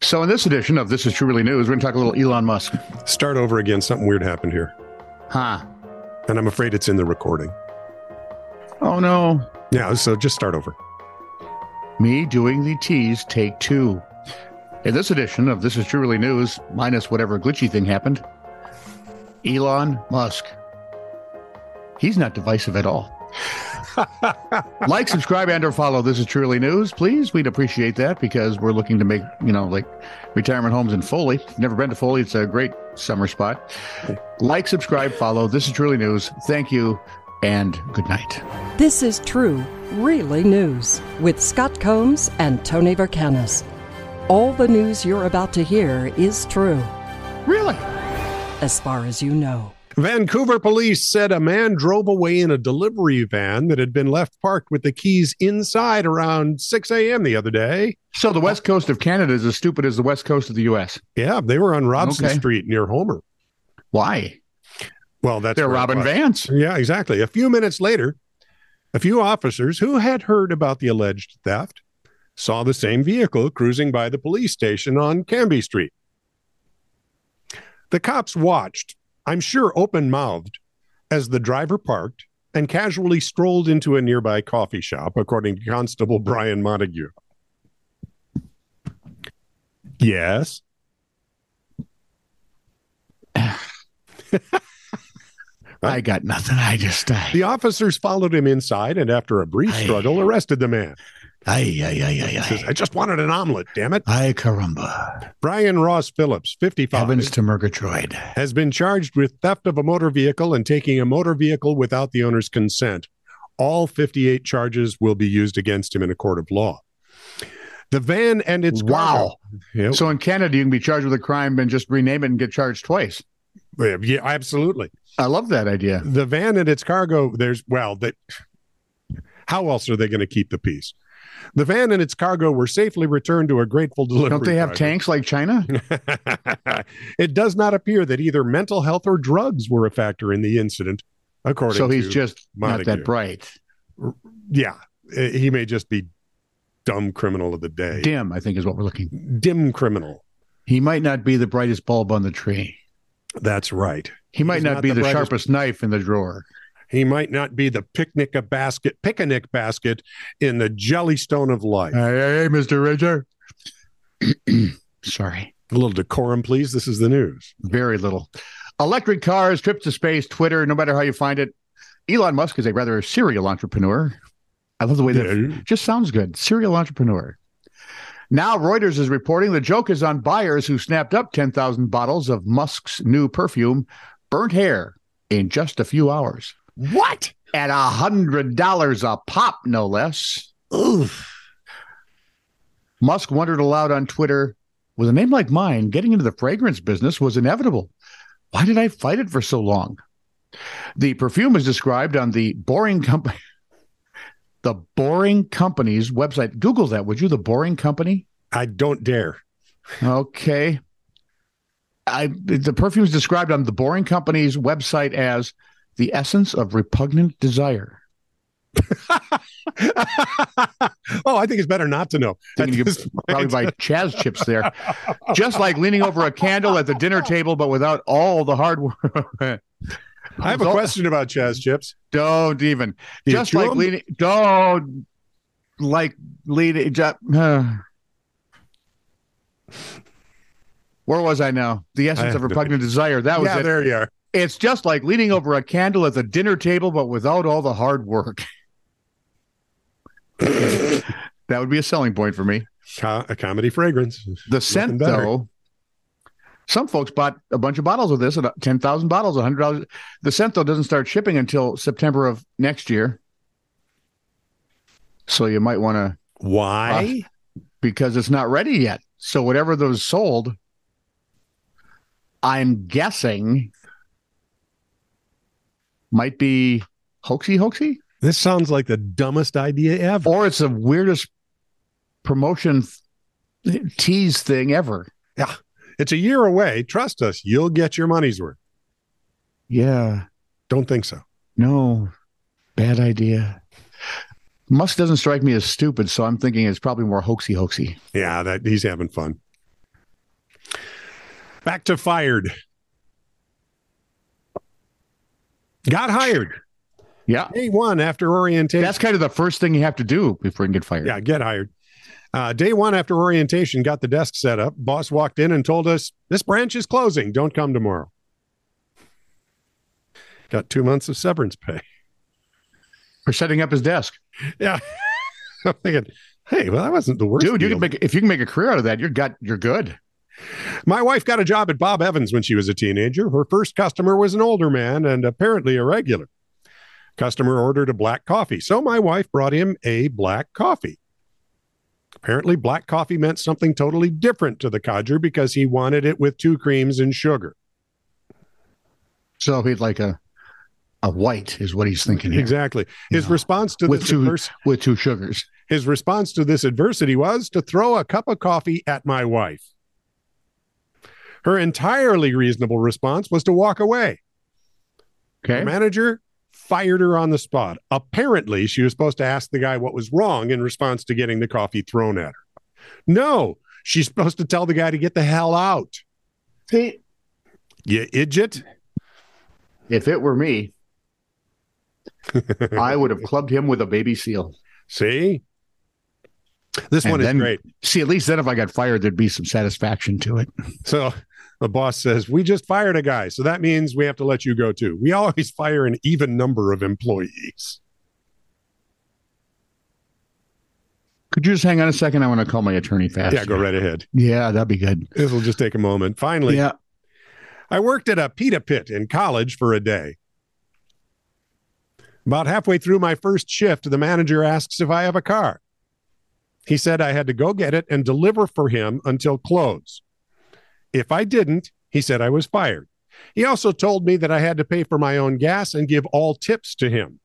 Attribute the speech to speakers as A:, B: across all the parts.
A: So, in this edition of This Is Truly News, we're going to talk a little Elon Musk.
B: Start over again. Something weird happened here.
A: Huh.
B: And I'm afraid it's in the recording.
A: Oh, no.
B: Yeah, so just start over.
A: Me doing the tease, take two. In this edition of This Is Truly News, minus whatever glitchy thing happened, Elon Musk. He's not divisive at all. like, subscribe, and or follow. This is Truly News, please. We'd appreciate that because we're looking to make you know like retirement homes in Foley. If you've never been to Foley? It's a great summer spot. Like, subscribe, follow. This is Truly News. Thank you, and good night.
C: This is True, Really News with Scott Combs and Tony Vercanis. All the news you're about to hear is true,
A: Really?
C: as far as you know.
B: Vancouver police said a man drove away in a delivery van that had been left parked with the keys inside around 6 a.m. the other day.
A: So the west coast of Canada is as stupid as the west coast of the U.S.
B: Yeah, they were on Robson
A: Okay.
B: Street near Homer.
A: Why?
B: Well, that's
A: They're
B: where it
A: robbing
B: was.
A: vans.
B: Yeah, exactly. A few minutes later, a few officers who had heard about the alleged theft saw the same vehicle cruising by the police station on Canby Street. The cops watched, I'm sure open mouthed, as the driver parked and casually strolled into a nearby coffee shop, according to Constable Brian Montague. Yes.
A: I got nothing. I just I
B: The officers followed him inside and, after a brief
A: Aye.
B: struggle, arrested the man.
A: I I
B: He
A: I
B: says, I just wanted an omelet, damn it.
A: I, I caramba.
B: Brian Ross Phillips, 55,
A: Heavens to Murgatroyd.
B: has been charged with theft of a motor vehicle and taking a motor vehicle without the owner's consent. All 58 charges will be used against him in a court of law. The van and its
A: wow.
B: cargo-
A: So in Canada, you can be charged with a crime and just rename it and get charged twice.
B: Yep. yeah, absolutely.
A: I love that idea.
B: The van and its cargo. There's well, they, how else are they going to keep the peace? The van and its cargo were safely returned to a grateful delivery.
A: Don't they have
B: driver.
A: tanks like China?
B: it does not appear that either mental health or drugs were a factor in the incident, according
A: So
B: to
A: he's just not
B: Montague.
A: that bright.
B: yeah, eh, he may just be dumb criminal of the day, dim,
A: Dim, I think, is what we're looking.
B: criminal.
A: He might not be the brightest bulb on the tree.
B: That's right.
A: He might
B: He's
A: not,
B: not
A: be
B: the
A: the,
B: brightest-
A: sharpest knife in the drawer.
B: He might not be the picnic a basket, picnic basket in the jellystone of life.
A: Hey, hey, hey, Mr. Richard. Sorry,
B: a little decorum, please. This is the news.
A: very little. Electric cars, trips to space, Twitter, no matter how you find it. Elon Musk is a rather serial entrepreneur. I love the way that Just sounds good. Serial entrepreneur. Now Reuters is reporting the joke is on buyers who snapped up 10,000 bottles of Musk's new perfume, Burnt Hair, in just a few hours.
B: What?
A: At $100 a pop, no less.
B: Oof.
A: Musk wondered aloud on Twitter, with a name like mine, getting into the fragrance business was inevitable. Why did I fight it for so long? The perfume is described on the Boring Company the Boring Company's website. Google that, would you? The Boring Company?
B: I don't dare.
A: Okay. I the perfume is described on the Boring Company's website as the essence of repugnant desire.
B: oh, I think it's better not to know.
A: Thinking
B: At
A: you
B: this
A: Probably
B: point.
A: by Chaz chips there. Just like leaning over a candle at the dinner table, but without all the hard work.
B: I have a question about Chaz Chips.
A: Don't even.
B: Do you um
A: just
B: chew
A: like
B: 'em?
A: leaning. Don't like leaning. Just, Where was I now? The essence
B: have
A: of
B: no
A: repugnant desire. That was
B: yeah,
A: it.
B: there you are.
A: It's just like leaning over a candle at the dinner table, but without all the hard work. that would be a selling point for me.
B: Co- a comedy fragrance.
A: The scent,
B: better.
A: though, some folks bought a bunch of bottles of this, about 10,000 bottles, $100. The scent, though, doesn't start shipping until September of next year. So you might want to,
B: Why?
A: because it's not ready yet. So whatever those sold, I'm guessing might be hoaxy hoaxy.
B: this sounds like the dumbest idea ever.
A: or it's the weirdest promotion f- tease thing ever.
B: It's a year away. Trust us, you'll get your money's worth.
A: Yeah,
B: Don't think so.
A: no, bad idea. Musk doesn't strike me as stupid, so I'm thinking it's probably more hoaxy hoaxy.
B: Yeah, that he's having fun. Back to fired. Got hired
A: Yeah.
B: day one after orientation.
A: That's kind of the first thing you have to do before you can get fired.
B: Yeah, get hired. Uh, day one after orientation, got the desk set up. Boss walked in and told us, This branch is closing. Don't come tomorrow. Got two months of severance pay.
A: For setting up his desk.
B: Yeah. I'm thinking, Hey, well, that wasn't the worst.
A: Dude, you
B: deal.
A: can make if you can make a career out of that, you're got you're good.
B: My wife got a job at Bob Evans when she was a teenager. Her first customer was an older man and apparently a regular. Customer ordered a black coffee, so my wife brought him a black coffee. Apparently, black coffee meant something totally different to the codger because he wanted it with two creams and sugar.
A: So he'd like a a white is what he's thinking here.
B: Exactly. His
A: Yeah.
B: response to
A: With
B: this
A: two-
B: advers-
A: With two sugars.
B: his response to this adversity was to throw a cup of coffee at my wife. Her entirely reasonable response was to walk away.
A: Okay.
B: The manager fired her on the spot. Apparently, she was supposed to ask the guy what was wrong in response to getting the coffee thrown at her. No, she's supposed to tell the guy to get the hell out.
A: See,
B: You idiot.
A: if it were me, I would have clubbed him with a baby seal.
B: See? This
A: And
B: one is
A: then-
B: great.
A: See, at least then if I got fired, there'd be some satisfaction to it.
B: So the boss says, We just fired a guy. So that means we have to let you go too. We always fire an even number of employees.
A: Could you just hang on a second? I want to call my attorney fast.
B: Yeah, go right ahead.
A: Yeah, that'd be good.
B: This will just take a moment. Finally,
A: Yeah.
B: I worked at a pita pit in college for a day. About halfway through my first shift, the manager asks if I have a car. He said I had to go get it and deliver for him until close. If I didn't, he said I was fired. He also told me that I had to pay for my own gas and give all tips to him.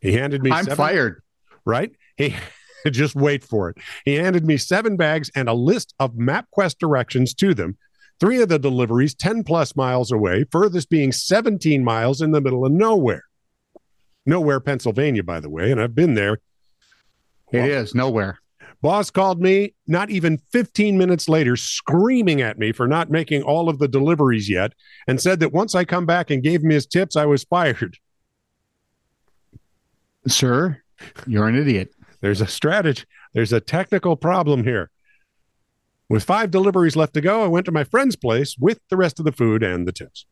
B: He handed me
A: I'm
B: seven-
A: fired.
B: right? He just wait for it. He handed me seven bags and a list of MapQuest directions to them. Three of the deliveries 10 plus miles away, furthest being 17 miles in the middle of nowhere. Nowhere, Pennsylvania, by the way, and I've been there.
A: It
B: Well-
A: is nowhere.
B: Boss called me not even 15 minutes later, screaming at me for not making all of the deliveries yet, and said that once I come back and gave him his tips, I was fired.
A: Sir, you're an idiot.
B: There's a strategy. There's a technical problem here. With five deliveries left to go, I went to my friend's place with the rest of the food and the tips.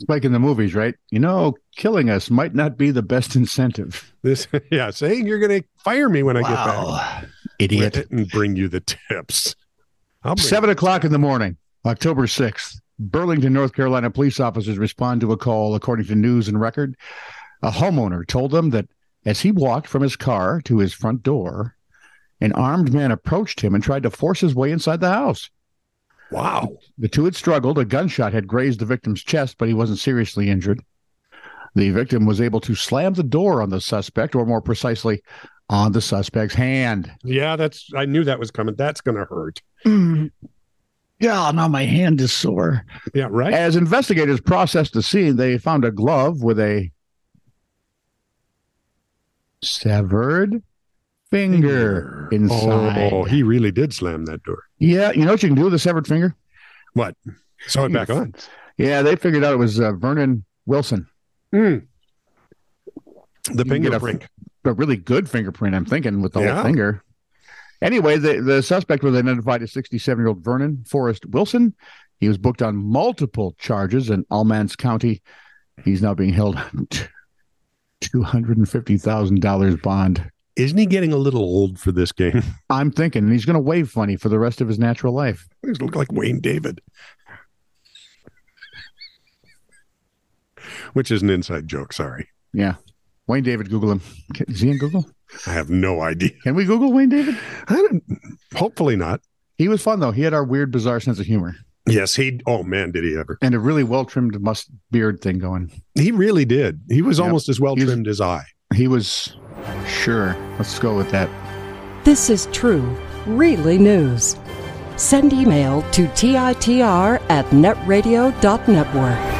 A: It's like in the movies, right? You know, killing us might not be the best incentive.
B: This, yeah, saying you're going to fire me when I get back
A: Idiot.
B: Went and bring you the tips. I'll bring
A: uh, Seven o'clock in the morning, October 6th, Burlington, North Carolina police officers respond to a call. According to news and record, a homeowner told them that as he walked from his car to his front door, an armed man approached him and tried to force his way inside the house.
B: Wow.
A: The two had struggled. A gunshot had grazed the victim's chest, but he wasn't seriously injured. The victim was able to slam the door on the suspect, or more precisely, on the suspect's hand.
B: Yeah, that's. I knew that was coming. That's going to hurt.
A: Yeah, now my hand is sore.
B: Yeah, right.
A: As investigators processed the scene, they found a glove with a severed finger inside.
B: Oh, he really did slam that door.
A: Yeah, you know what you can do with a severed finger?
B: Sew it back on.
A: Yeah, they figured out it was uh, Vernon Wilson,
B: Mm. The
A: You can get
B: finger
A: a-
B: brink.
A: a really good fingerprint, I'm thinking, with the
B: Yeah.
A: whole finger. Anyway, the, the suspect was identified as 67 year old Vernon Forrest Wilson. He was booked on multiple charges in Almans County. He's now being held on t- $250,000 bond.
B: Isn't he getting a little old for this game?
A: I'm thinking he's going to wave funny for the rest of his natural life.
B: He's look like Wayne David. Which is an inside joke, sorry.
A: Wayne David, Google him. Can- Is he in Google?
B: I have no idea.
A: Can we Google Wayne David?
B: I don't, hopefully not.
A: He was fun though. He had our weird, bizarre sense of humor
B: Yes, he oh man, did he ever.
A: and a really well trimmed must beard thing going.
B: He really did. He was
A: Yep.
B: almost as well
A: He's-
B: trimmed as I.
A: He was sure. Let's go with that.
C: This is true, really news. Send email to TITR at netradio.network.